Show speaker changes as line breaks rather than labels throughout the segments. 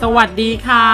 สวัสดีค่ะ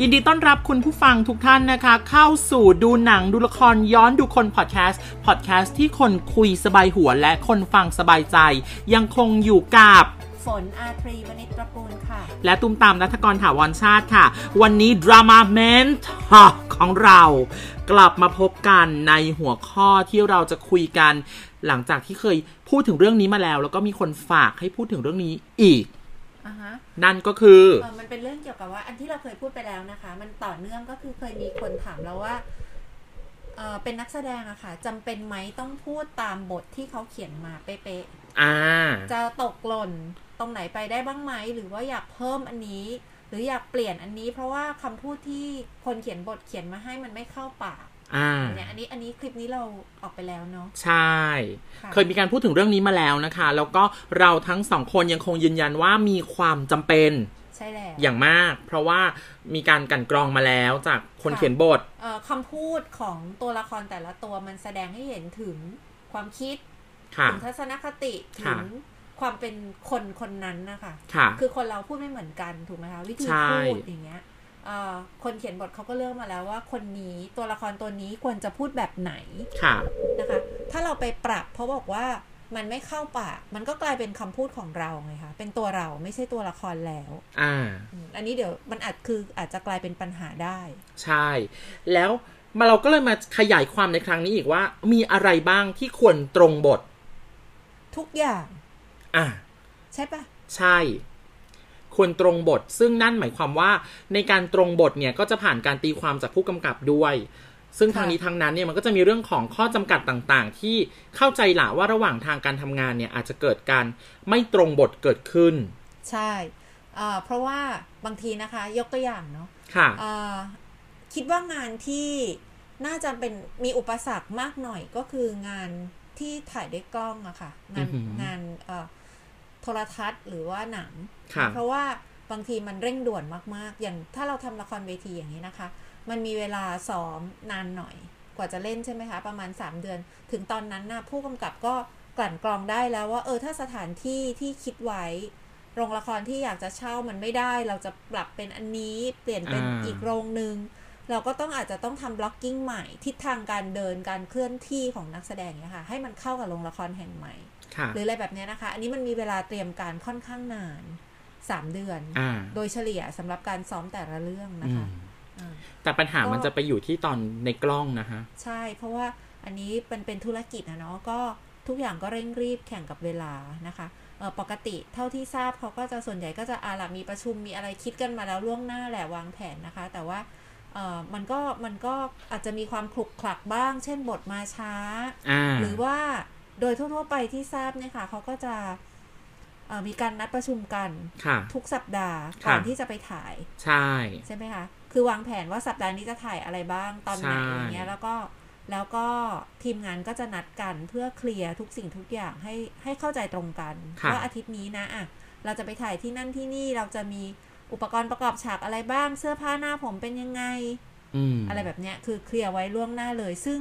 ยินดีต้อนรับคุณผู้ฟังทุกท่านนะคะ เข้าสู่ดูหนังดูละครย้อนดูคนพอดแคสต์พอดแคสต์ที่คนคุยสบายหัวและคนฟังสบายใจ ยังคงอยู่กับ
ฝนอาทรีวณิชตระกูลค่ะ
และตุ้มตามนัทกรถาวรชาติค่ะ วันนี้ดราม่าเมนต์ของเรา กลับมาพบกันในหัวข้อที่เราจะคุยกัน หลังจากที่เคยพูดถึงเรื่องนี้มาแล้ว แล้วก็มีคนฝากให้พูดถึงเรื่องนี้อีก
อ่าฮะ
นั่นก็คือ
เออมันเป็นเรื่องเกี่ยวกับว่า อันที่เราเคยพูดไปแล้วนะคะ มันต่อเนื่องก็คือเคยมีคนถามเราว่าเออเป็นนักแสดงอะค่ะจำเป็นไหมต้องพูดตามบทที่เขาเขียนมาเป๊ะ
อ่า
ๆ จะตกหล่นตรงไหนไปได้บ้างไหม หรือว่าอยากเพิ่มอันนี้ หรืออยากเปลี่ยนอันนี้ เพราะว่าคำพูดที่คนเขียนบทเขียนมาให้มันไม่เข้าปาก
อ่า
เนี่ยอันนี้อันนี้คลิปนี้เราออกไปแล้วเนาะ
ใช่
ค่ะ
เคยมีการพูดถึงเรื่องนี้มาแล้วนะคะ แล้วก็เราทั้งสองคนยังคงยืนยันว่ามีความจำเป็น
ใช่แล้ว
อย่างมาก เพราะว่ามีการกลันกรองมาแล้วจากคน
ค่ะ
เขียนบท
เอ่อคำพูดของตัวละครแต่ละตัวมันแสดงให้เห็นถึงความคิด
ค่ะ
ถึงทัศนคติ ถึ
ค่ะ
งความเป็นคนคนนั้นนะคะ
ค่ะ
คือคนเราพูดไม่เหมือนกันถูกไหมคะ วิธี
ใช่
พูดอย่างเงี้ยเอ่อคนเขียนบทเขาก็เลือกมาแล้วว่าคนนี้ตัวละครตัวนี้ควรจะพูดแบบไหน
ค่ะ
นะคะ ถ้าเราไปปรับเพราะบอกว่ามันไม่เข้าปากมันก็กลายเป็นคำพูดของเราไงคะเป็นตัวเราไม่ใช่ตัวละครแล้ว
อ่า
อืมอันนี้เดี๋ยวมันอาจคืออาจจะกลายเป็นปัญหาได้
ใช่ แล้วมาเราก็เลยมาขยายความในครั้งนี้อีกว่า มีอะไรบ้างที่ควรตรงบท
ทุกอย่าง
อ่า
ใช่ปะ
ใช่ ควรตรงบท ซึ่งนั่นหมายความว่า ในการตรงบทเนี่ยก็จะผ่านการตีความจากผู้กำกับด้วย ซึ่งทาง
ค่ะ
นี้ทางนั้นเนี่ยมันก็จะมีเรื่องของข้อจำกัดต่างๆ ที่เข้าใจหละว่าระหว่างทางการทำงานเนี่ยอาจจะเกิดการไม่ตรงบทเกิดขึ้น
ใช่เอ่อเพราะว่าบางทีนะคะ ยกตัวอย่างเนาะ
ค่ะ
เอ่อคิดว่างานที่น่าจะเป็นมีอุปสรรคมากหน่อยก็คืองานที่ถ่ายด้วยกล้องอะค่ะ งาน
อือหือง
านเอ่อโทรทัศน์หรือว่าหนัง
ค่ะ
เพราะว่าบางทีมันเร่งด่วนมากๆ อย่างถ้าเราทำละครเวทีอย่างนี้นะคะ มันมีเวลาซ้อมนานหน่อย กว่าจะเล่นใช่ไหมคะ ประมาณ 3 เดือน ถึงตอนนั้นนะผู้กำกับก็กลั่นกรองได้แล้วว่า เออถ้าสถานที่ที่คิดไว้ โรงละครที่อยากจะเช่ามันไม่ได้ เราจะปรับเป็นอันนี้เปลี่ยนเป็น
อ่า
อีกโรงหนึ่งเราก็ต้องอาจจะต้องทำบล็อกกิ้งใหม่ ทิศทางการเดินการเคลื่อนที่ของนักแสดงเนี่ยค่ะ ให้มันเข้ากับโรงละครแห่งใหม่
ค่ะ
หรืออะไรแบบเนี้ยนะคะ อันนี้มันมีเวลาเตรียมการค่อนข้างนาน 3 เดือน
อ่า
โดยเฉลี่ยสำหรับการซ้อมแต่ละเรื่อง
อื
นะคะ
ม
อ่า
แต่ปัญหามันจะไปอยู่ที่ตอนในกล้องนะฮะ
ใช่ เพราะว่าอันนี้มันเป็นธุรกิจนะเนาะก็ทุกอย่างก็เร่งรีบแข่งกับเวลานะคะเอ่อปกติเท่าที่ทราบเขาก็จะส่วนใหญ่ก็จะอาละมีประชุมมีอะไรคิดกันมาแล้วล่วงหน้าแหละวางแผนนะคะ แต่ว่าเอ่อมันก็มันก็อาจจะมีความขลุกขลักบ้าง เช่นบทมาช้า
อ่า
หรือว่าโดยทั่วๆไปที่ทราบเนี่ยค่ะเขาก็จะเอ่อมีการนัดประชุมกัน
ค่ะ
ทุกสัปดาห์ก่อน
ค่ะ
ที่จะไปถ่าย
ใช่
ใช่ไหมคะ คือวางแผนว่าสัปดาห์นี้จะถ่ายอะไรบ้างตอนไหน
ใช่
อย่างเงี้ย แล้วก็ แล้วก็ทีมงานก็จะนัดกันเพื่อเคลียร์ทุกสิ่งทุกอย่างให้ให้เข้าใจตรงกันว่าอาทิตย์นี้นะอ่ะเราจะไปถ่ายที่นั่นที่นี่เราจะมีอุปกรณ์ประกอบฉากอะไรบ้าง เสื้อผ้าหน้าผมเป็นยังไง
อืม
อะไรแบบเนี้ย คือเคลียร์ไว้ล่วงหน้าเลย ซึ่ง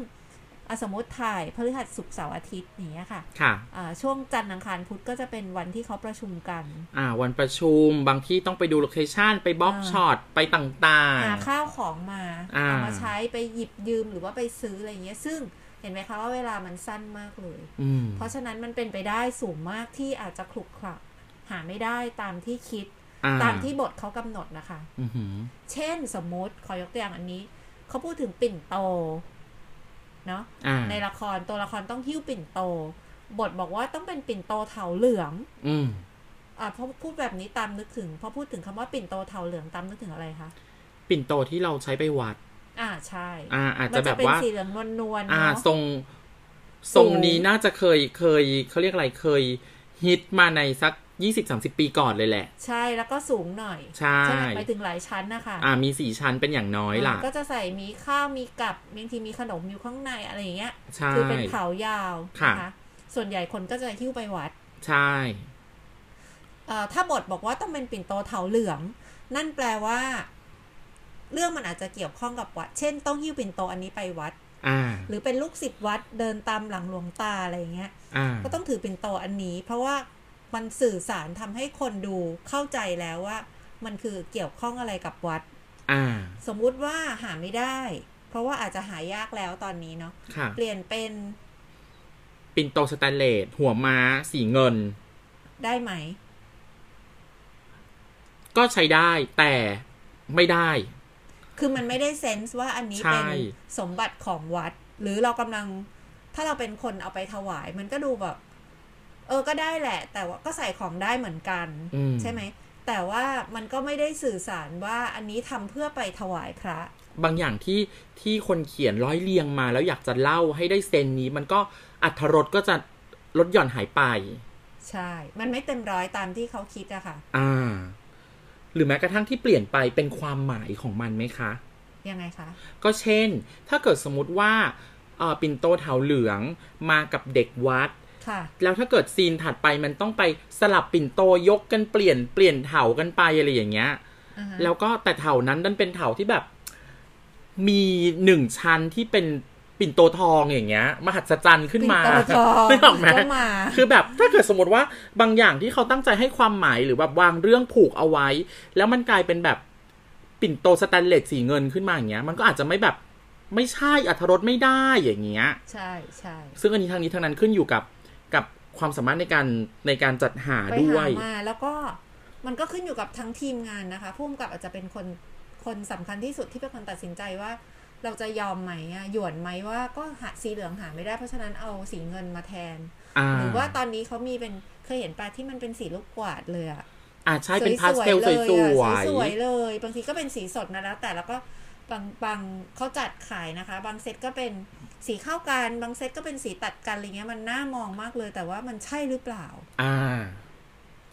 อะสมมติถ่ายพฤหัสศุกร์เสาร์อาทิตย์อย่างเนี้ยค่ะ
ค่ะ
อ่าช่วงจันทร์อังคารพุธก็จะเป็นวันที่เขาประชุมกัน
อ่า วันประชุมบางที่ต้องไปดูโลเคชันไปบล็อก
อ่า
ช็อตไปต่าง
หาข้าวของมา
อ่า
เอามาใช้ไปหยิบยืมหรือว่าไปซื้ออะไรเงี้ย ซึ่งเห็นไหมคะว่าเวลามันสั้นมากเลย
ๆ อืม
เพราะฉะนั้นมันเป็นไปได้สูงมากที่อาจจะขลุกขลักหาไม่ได้ตามที่คิด
อ่
ตามที่บทเขากำหนดนะคะ
อือหือ
เช่นสมมติขอยกตัวอย่างอันนี้เขาพูดถึงปิ่นโตเนาะ
อ่า
ในละครตัวละครต้องหิ้วปิ่นโต บทบอกว่าต้องเป็นปิ่นโตเถาเหลือง
อืม
อ่ะพอพูดแบบนี้ตามนึกถึงพอพูดถึงคำว่าปิ่นโตเถาเหลืองตามนึกถึงอะไรคะ
ปิ่นโตที่เราใช้ไปวัด
อ่าใช่
อ่า อาจ
มั
จะ
น
แบ
จะ
บ
เป็น
ว่า
สีเหลืองนวลๆ
อ่า
เนาะ
ทรง ทรง
สูง
นี้น่าจะเคยเคยเขาเรียกอะไรเคยฮิตมาในสักยี่สิบสามสิบปีก่อนเลยแหละ
ใช่แล้วก็สูงหน่อย
ใช่
ไหมไปถึงหลายชั้นนะคะ
อ่า มีสี่ชั้นเป็นอย่างน้อยล่ะ
อ่าก็จะใส่มีข้าวมีกับมีบางทีมีขนมอยู่ข้างในอะไรอย่างเงี้ย
ใช่
คือเป็นเผายาว
ค่ะ
นะคะส่วนใหญ่คนก็จะหิ้วไปวัด
ใช่
เอ่อถ้าบทบอกว่าต้องเป็นปิ่นโตเถาเหลือง นั่นแปลว่า เรื่องมันอาจจะเกี่ยวข้องกับวัด เช่น ต้องหิ้วปิ่นโตอันนี้ไปวัด
อ่า
หรือเป็นลูกศิษย์วัดเดินตามหลังหลวงตาอะไรอย่างเงี้ย
อ่า
ก็ต้องถือปิ่นโตอันนี้ เพราะว่ามันสื่อสารทำให้คนดูเข้าใจแล้วว่า มันคือเกี่ยวข้องอะไรกับวัด
อ่า
สมมุติว่าหาไม่ได้ เพราะว่าอาจจะหายากแล้วตอนนี้เนาะ
ค่ะ
เปลี่ยนเป็น
ปินโตสแตนเลส หัวม้า สีเงิน
ได้ไหม
ก็ใช้ได้ แต่ไม่ได้
คือมันไม่ได้เซนส์ว่าอันนี้
ใช่
เป็นสมบัติของวัด หรือเรากำลังถ้าเราเป็นคนเอาไปถวาย มันก็ดูแบบ เออก็ได้แหละ แต่ว่าก็ใส่ของได้เหมือนกัน
อืม
ใช่ไหม แต่ว่ามันก็ไม่ได้สื่อสารว่าอันนี้ทำเพื่อไปถวายพระ
บางอย่างที่ที่คนเขียนร้อยเรียงมาแล้วอยากจะเล่าให้ได้เซนนี้ มันก็อัธรสก็จะลดหย่อนหายไป
ใช่ มันไม่เต็มร้อยตามที่เขาคิดอะค่ะ
อ่า หรือแม้กระทั่งที่เปลี่ยนไปเป็นความหมายของมันไหมคะ
ยังไงคะ
ก็เช่น ถ้าเกิดสมมติว่าเอ่อปิ่นโตเถาเหลืองมากับเด็กวัด
ค่ะ
แล้วถ้าเกิดซีนถัดไปมันต้องไปสลับปิ่นโตยกกันเปลี่ยนเปลี่ยนเถากันไปอะไรอย่างเงี้ย
อ่าฮะ
แล้วก็แต่เถานั้นดันเป็นเถาที่แบบ มีหนึ่งชั้นที่เป็นปิ่นโตทองอย่างเงี้ย มหัศจรรย์ขึ้นมา
ปิ่โตทอง
ไม่ออกไหม
ก็มา
คือแบบถ้าเกิดสมมติว่าบางอย่างที่เขาตั้งใจให้ความหมายหรือแบบวางเรื่องผูกเอาไว้ แล้วมันกลายเป็นแบบปิ่นโตสแตนเลสสีเงินขึ้นมาอย่างเงี้ย มันก็อาจจะไม่แบบไม่ใช่อัธรสไม่ได้อย่างเงี้ย
ใช่ใช่
ซึ่งอันนี้ทางนี้ทางนั้นขึ้นอยู่กับกับความสามารถในการในการจัดหา
ไป
ด้ว
หาย มาแล้วก็มันก็ขึ้นอยู่กับทั้งทีมงานนะคะผู้กำกับอาจจะเป็นคนคนสำคัญที่สุดที่เป็นคนตัดสินใจว่า เราจะยอมไหมอะหยวนไหมว่าก็หาสีเหลืองหาไม่ได้เพราะฉะนั้นเอาสีเงินมาแทน
อ่า
หรือว่าตอนนี้เขามีเป็นเคยเห็นปลาที่มันเป็นสีลูกกวาดเลยอะ
อ่าใช่เป็นพาสเทลสวย
ๆ
ๆ
อะสวยๆเลย บางทีก็เป็นสีสดนะแล้ว แต่แล้วก็บางบางเขาจัดขายนะคะ บางเซตก็เป็นสีเข้ากันบางเซตก็เป็นสีตัดกันอะไรเงี้ยมันน่ามองมากเลย แต่ว่ามันใช่หรือเปล่า
อ่า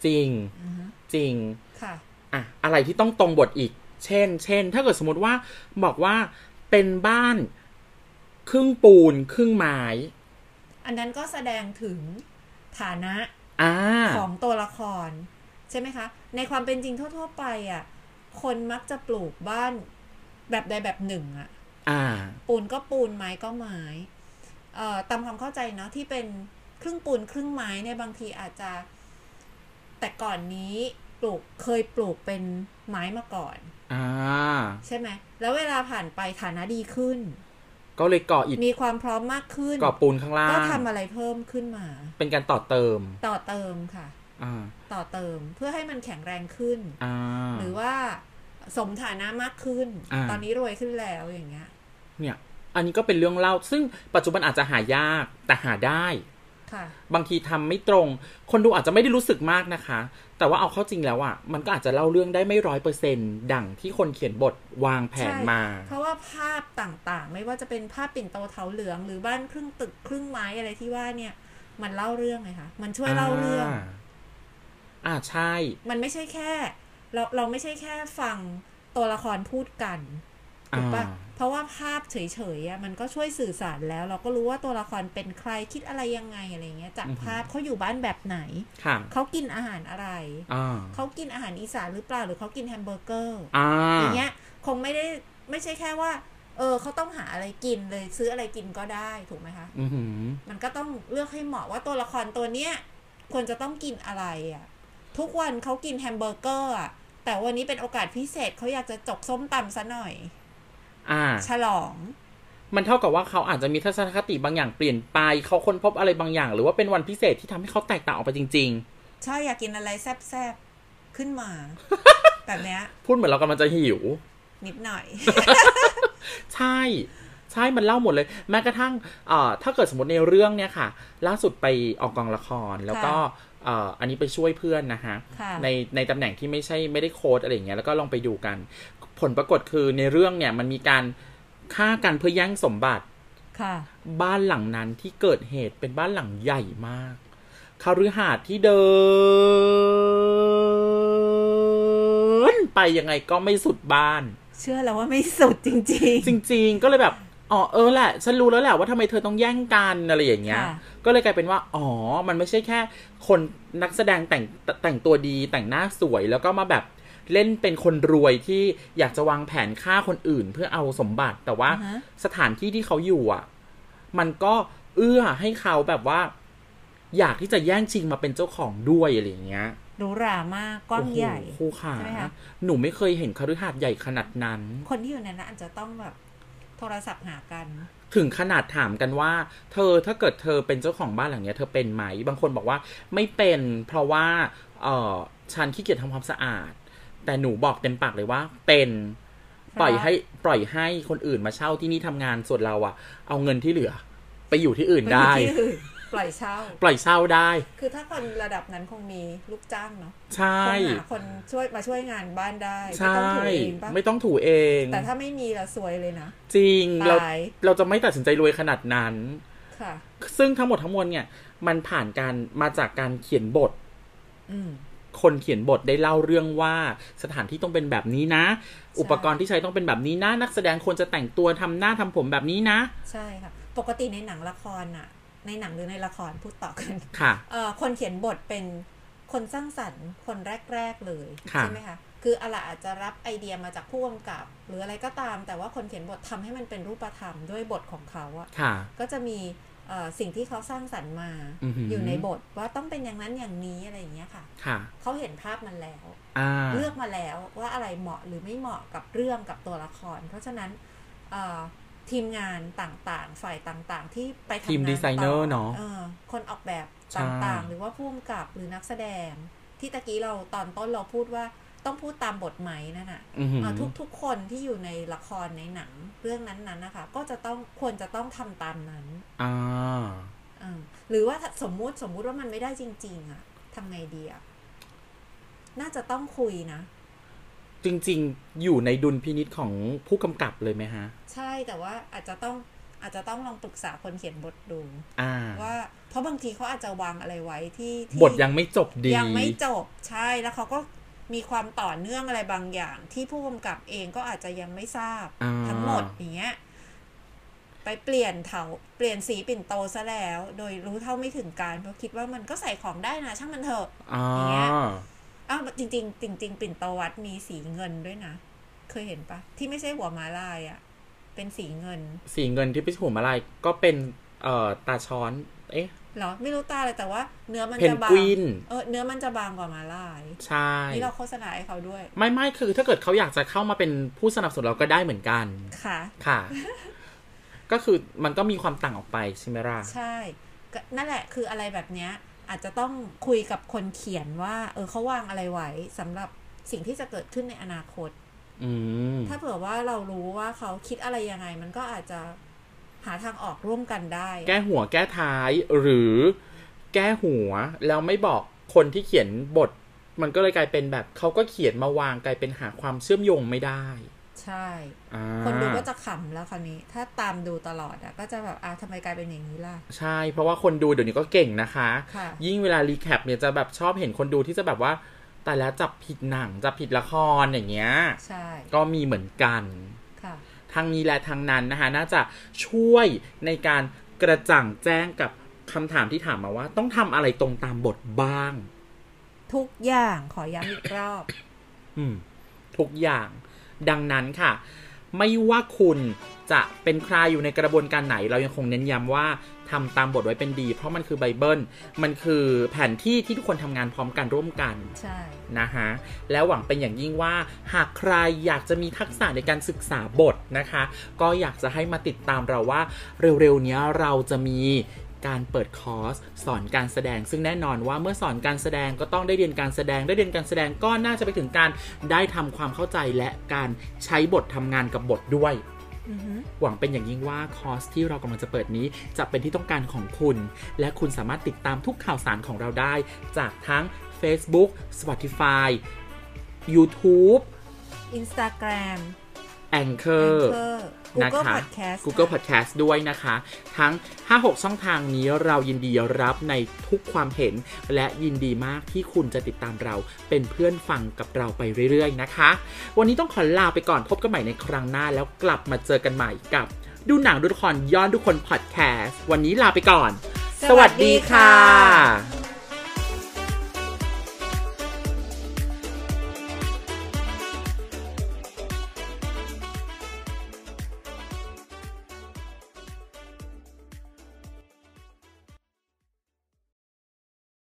จริง
อือฮึ
จริง
ค่ะ
อ่ะอะไรที่ต้องตรงบทอีก เช่น เช่น ถ้าเกิดสมมติว่าบอกว่าเป็นบ้านครึ่งปูนครึ่งไม้
อันนั้นก็แสดงถึงฐานะ
อ่า
ของตัวละคร ใช่ไหมคะ ในความเป็นจริงทั่ว ๆ ไปอะ่ะคนมักจะปลูกบ้านแบบใดแบบหนึ่งอ่ะ
อ่า
ปูนก็ปูนไม้ก็ไม้เอ่อตามความเข้าใจเนาะที่เป็นครึ่งปูนครึ่งไม้เนี่ยบางทีอาจจะ แต่ก่อนนี้ปลูกเคยปลูกเป็นไม้มาก่อน
อ่า
ใช่ไหมแล้วเวลาผ่านไปฐานะดีขึ้น
ก็เลยก่ออิฐ
มีความพร้อมมากขึ้น
ก่อปูนข้างล่าง
ก็ทำอะไรเพิ่มขึ้นมา
เป็นการต่อเติม
ต่อเติมค่ะ
อ่า
ต่อเติมเพื่อให้มันแข็งแรงขึ้น
อ่า
หรือว่าสมฐานะมากขึ้น
อ่า
ตอนนี้รวยขึ้นแล้วอย่างเงี้ย
เนี่ย อันนี้ก็เป็นเรื่องเล่า ซึ่งปัจจุบันอาจจะหายากแต่หาได้
ค่ะ
บางทีทำไม่ตรง คนดูอาจจะไม่ได้รู้สึกมากนะคะ แต่ว่าเอาเข้าจริงแล้วอะ่ะ มันก็อาจจะเล่าเรื่องได้ไม่ร้อยเปอร์เซนต์ดั่งที่คนเขียนบทวางแผน
ใช่
มา
เพราะว่าภาพต่างๆ ไม่ว่าจะเป็นภาพปิ่นโตเถาเหลือง หรือบ้านครึ่งตึกครึ่งไม้อะไรที่ว่าเนี่ย มันเล่าเรื่องไงคะมันช่วยเล่าเรื่อง
าอ่าใช่
มันไม่ใช่แค่ เราเราไม่ใช่แค่ฟังตัวละครพูดกันถูกปะ
อ่า
เพราะว่าภาพเฉยๆอะมันก็ช่วยสื่อสารแล้ว เราก็รู้ว่าตัวละครเป็นใครคิดอะไรยังไงอะไรเงี้ยจากภาพเขาอยู่บ้านแบบไหน
ค่ะ
เขากินอาหารอะไร
อ่า
เขากินอาหารอีสานหรือเปล่าหรือเขากินแฮมเบอร์เกอร์
อ่า
อย่างเงี้ยคงไม่ได้ไม่ใช่แค่ว่า เออเขาต้องหาอะไรกินเลยซื้ออะไรกินก็ได้ถูกไหมคะ
อือหือ
มันก็ต้องเลือกให้เหมาะว่าตัวละครตัวเนี้ยควรจะต้องกินอะไรอะ่ะทุกวันเขากินแฮมเบอร์เกอร์อ่ะแต่วันนี้เป็นโอกาสพิเศษเขาอยากจะจกส้มตำซะหน่อย
อ่า
ฉลอง
มันเท่ากับว่าเขาอาจจะมีทัศนคติบางอย่างเปลี่ยนไป เขาค้นพบอะไรบางอย่าง หรือว่าเป็นวันพิเศษที่ทำให้เขาแตกต่างออกไปจริง
ใช่อยากกินอะไรแซ่บๆขึ้นมา แบบเนี้ย
ๆ พูดเหมือนเรากำลังจะหิว
นิดหน่ อย
ใช่ ใช่ มันเล่าหมดเลย แม้กระทั่งเอ่อถ้าเกิดสมมติในเรื่องเนี่ยค่ะ ล่าสุดไปออกกองละคร แล้วก็เอ่ออันนี้ไปช่วยเพื่อนนะฮะ
ค่ะ
ในในตำแหน่งที่ไม่ใช่ไม่ได้โค้ดอะไรอย่างเงี้ย แล้วก็ลองไปดูกัน ผลปรากฏคือในเรื่องเนี่ยมันมีการฆ่ากันเพื่อแย่งสมบัติ
ค่ะ
บ้านหลังนั้นที่เกิดเหตุเป็นบ้านหลังใหญ่มากคฤหาสน์ที่เดิน ไปยังไงก็ไม่สุดบ้าน
เชื่อแล้วว่าไม่สุดจริง
จริง ๆ ก็เลยแบบอ๋อเออแหละ ฉันรู้แล้วแหละว่าทำไมเธอต้องแย่งกันอะไรอย่างเงี้ย
ค่ะ
ก็เลยกลายเป็นว่า อ๋อ มันไม่ใช่แค่ คนนักแสดงแต่งแต่งตัวดี แต่งหน้าสวยแล้วก็มาแบบเล่นเป็นคนรวยที่อยากจะวางแผนฆ่าคนอื่นเพื่อเอาสมบัติ แต่ว่า
อือฮะ
สถานที่ที่เขาอยู่อ่ะ มันก็เอื้อให้เขาแบบว่า อยากที่จะแย่งชิงมาเป็นเจ้าของด้วยอะไรอย่างเงี้ย
ๆ หรูหรามากกว้าง
โอ้โ
ใหญ่
ครูขา
ใช่ไหมคะ
หนูไม่เคยเห็นคฤหาสน์ใหญ่ขนาดนั้น
คนที่อยู่ในนั้นอาจจะต้องแบบโทรศัพท์หากัน
ถึงขนาดถามกันว่า เธอถ้าเกิดเธอเป็นเจ้าของบ้านหลังเนี้ย เธอเป็นไหม บางคนบอกว่าไม่เป็น เพราะว่า เออฉันขี้เกียจทำความสะอาด แต่หนูบอกเต็มปากเลยว่า เป็น
ครับ
ปล่อยให้ปล่อยให้คนอื่นมาเช่าที่นี่ทำงานส่วนเราอะเอาเงินที่เหลือ ไปอยู่ที่อื่น
ปอยู่
ได้
ที่อื่นปล่อยเช่า
ปล่อยเช่าได้
คือถ้าคนระดับนั้นคงมีลูกจ้างเนาะ
ใช่
คงหาคนช่วยมาช่วยงานบ้านได้
ใช
ไม่ต้องถู
่
กเองปะ
ไม่ต้องถูเอง
แต่ถ้าไม่มีละซวยเลยนะ
จริง เรา
ตาย
เราจะไม่ตัดสินใจรวยขนาดนั้น
ค่ะ
ซึ่งทั้งหมดทั้งมวลเนี่ย มันผ่านการมาจากการเขียนบท
อืม
คนเขียนบทได้เล่าเรื่องว่าสถานที่ต้องเป็นแบบนี้นะ อุปกรณ์ที่ใช้ต้องเป็นแบบนี้นะ นักแสดงควรจะแต่งตัวทำหน้าทำผมแบบนี้นะ
ใช่ค่ะ ปกติในหนังละครน่ะ ในหนังหรือในละครพูดต่อกัน
ค่ะ
เอ่อคนเขียนบทเป็นคนสร้างสรรค์คนแรก ๆ เลย
ค่ะ
ใช่ไหมคะคืออะไรอาจจะรับไอเดียมาจากผู้กำกับ หรืออะไรก็ตาม แต่ว่าคนเขียนบททำให้มันเป็นรูปธรรมด้วยบทของเขาอะ
ค่ะ
ก็จะมีเอ่อสิ่งที่เขาสร้างสรรค์มา
อือหืออ
ยู่ในบทว่าต้องเป็นอย่างนั้นอย่างนี้อะไรอย่างเงี้ยค่ะ
ค่ะ
เขาเห็นภาพมันแล้ว
อ่า
เลือกมาแล้วว่าอะไรเหมาะหรือไม่เหมาะกับเรื่องกับตัวละคร เพราะฉะนั้นเอ่อทีมงานต่างๆ ฝ่ายต่างๆ ที่ไปทำงาน
ทีมดีไซเนอร์
ต่
เนอะ
ออคนออกแบบ
ใช่
ต่างๆ หรือว่าผู้กำกับหรือนักแสดง ที่ตะกี้เราตอนต้นเราพูดว่าต้องพูดตามบทไหมนั่นน่ะ
อือหือ
เอ่อทุกๆคนที่อยู่ในละครในหนังเรื่องนั้นๆนะคะก็จะต้องควรจะต้องทำตามนั้น
อ่า
เออหรือว่าถ้าสมมุติสมมุติว่ามันไม่ได้จริง ๆอะทำไงดีอะน่าจะต้องคุยนะ
จริงๆ อยู่ในดุลพินิษของผู้กำกับเลยไหมฮะ
ใช่แต่ว่าอาจจะต้องอาจจะต้องลองปรึกษาคนเขียนบทดู
อ่า
ว่าเพราะบางทีเขาอาจจะวางอะไรไว้ที่ที่
บทยังไม่จบดี
ยังไม่จบใช่แล้วเขาก็มีความต่อเนื่องอะไรบางอย่าง ที่ผู้กำกับเองก็อาจจะยังไม่ทราบ
อ่า
ทั้งหมดอย่างเงี้ยไปเปลี่ยนเถาเปลี่ยนสีปิ่นโตซะแล้ว โดยรู้เท่าไม่ถึงการเพราะคิดว่ามันก็ใส่ของได้นะช่างมันเถอะ
อ่า
อย่างเงี้ย อ้าวจริงจริงๆจริงๆปิ่นโตวัดมีสีเงินด้วยนะ เคยเห็นปะที่ไม่ใช่หัวมาลายอะเป็นสีเงิน
สีเงินที่ไปถูกมาลายก็เป็น เอ่อ ตาช้อน เอ๊ะ
เหรอไม่รู้ตาเลยแต่ว่าเนื้อมัน
เพน
จะบาก ง
วิน
เออเนื้อมันจะบางกว่ามาลาย
ใช่
นี่เราโฆษณาให้เขาด้วย
ไม่ไม่คือถ้าเกิดเขาอยากจะเข้ามาเป็นผู้สนับสนุนเราก็ได้เหมือนกัน
ค่ะ
ค่ะ ก็คือมันก็มีความต่างออกไปใช่ไหมล่ะ
ใช่ก็นั่นแหละคืออะไรแบบเนี้ย อาจจะต้องคุยกับคนเขียนว่า เออเขาวางอะไรไว้สำหรับสิ่งที่จะเกิดขึ้นในอนาคต
อืม
ถ้าเผื่อว่าเรารู้ว่าเขาคิดอะไรยังไง มันก็อาจจะหาทางออกร่วมกันได้
แก้หัวแก้ท้ายหรือแก้หัว แล้วไม่บอกคนที่เขียนบท มันก็เลยกลายเป็นแบบเขาก็เขียนมาวางกลายเป็นหาความเชื่อมโยงไม่ได้
ใช่
อ่า
คนดูก็จะขำแล้วคราวนี้ ถ้าตามดูตลอดอะก็จะแบบอ่ะทำไมกลายเป็นอย่างนี้ล่ะ
ใช่ เพราะว่าคนดูเดี๋ยวนี้ก็เก่งนะคะ
ค่ะ
ยิ่งเวลารีแคปเนี่ยจะแบบชอบเห็นคนดูที่จะแบบว่า แต่แล้วจับผิดหนังจับผิดละครอย่างเงี้ย
ใช่
ก็มีเหมือนกัน
ค่ะ
ทั้งนี้และทั้งนั้นนะคะน่าจะช่วยในการกระจ่างแจ้งกับคำถามที่ถามมาว่า ต้องทำอะไรตรงตามบทบ้าง
ทุกอย่างขอย้ำอีกรอบ
อืม ทุกอย่าง ดังนั้นค่ะ ไม่ว่าคุณจะเป็นใครอยู่ในกระบวนการไหน เรายังคงเน้นย้ำว่าทำตามบทไว้เป็นดี เพราะมันคือไบเบิลมันคือแผนที่ที่ทุกคนทำงานพร้อมกันร่วมกัน
ใช่
นะฮะแล้วหวังเป็นอย่างยิ่งว่าหากใครอยากจะมีทักษะในการศึกษาบทนะคะ ก็อยากจะให้มาติดตามเราว่าเร็วๆเนี้ยเราจะมีการเปิดคอร์สสอนการแสดง ซึ่งแน่นอนว่าเมื่อสอนการแสดงก็ต้องได้เรียนการแสดงได้เรียนการแสดงก็น่าจะไปถึงการได้ทำความเข้าใจและการใช้บททำงานกับบทด้วย
อือหือ
หวังเป็นอย่างยิ่งว่าคอร์สที่เรากำลังจะเปิดนี้จะเป็นที่ต้องการของคุณ และคุณสามารถติดตามทุกข่าวสารของเราได้ จากทั้ง Facebook, Spotify, YouTube,
อินสตาแกรม
Anchor
เ o อร์
นะ
Google
คะ
Podcast
Google
ค่ะ
Podcast ด้วยนะคะ ทั้ง 5-6 ช่องทางนี้เรายินดีรับในทุกความเห็น และยินดีมากที่คุณจะติดตามเราเป็นเพื่อนฟังกับเราไปเรื่อยๆนะคะ วันนี้ต้องขอลาไปก่อนพบกันใหม่ในครั้งหน้าแล้วกลับมาเจอกันใหม่กับ ดูหนังดูละครย้อนดูคนพอดแคสต์วันนี้ลาไปก่อน
สวัสดีค่ะ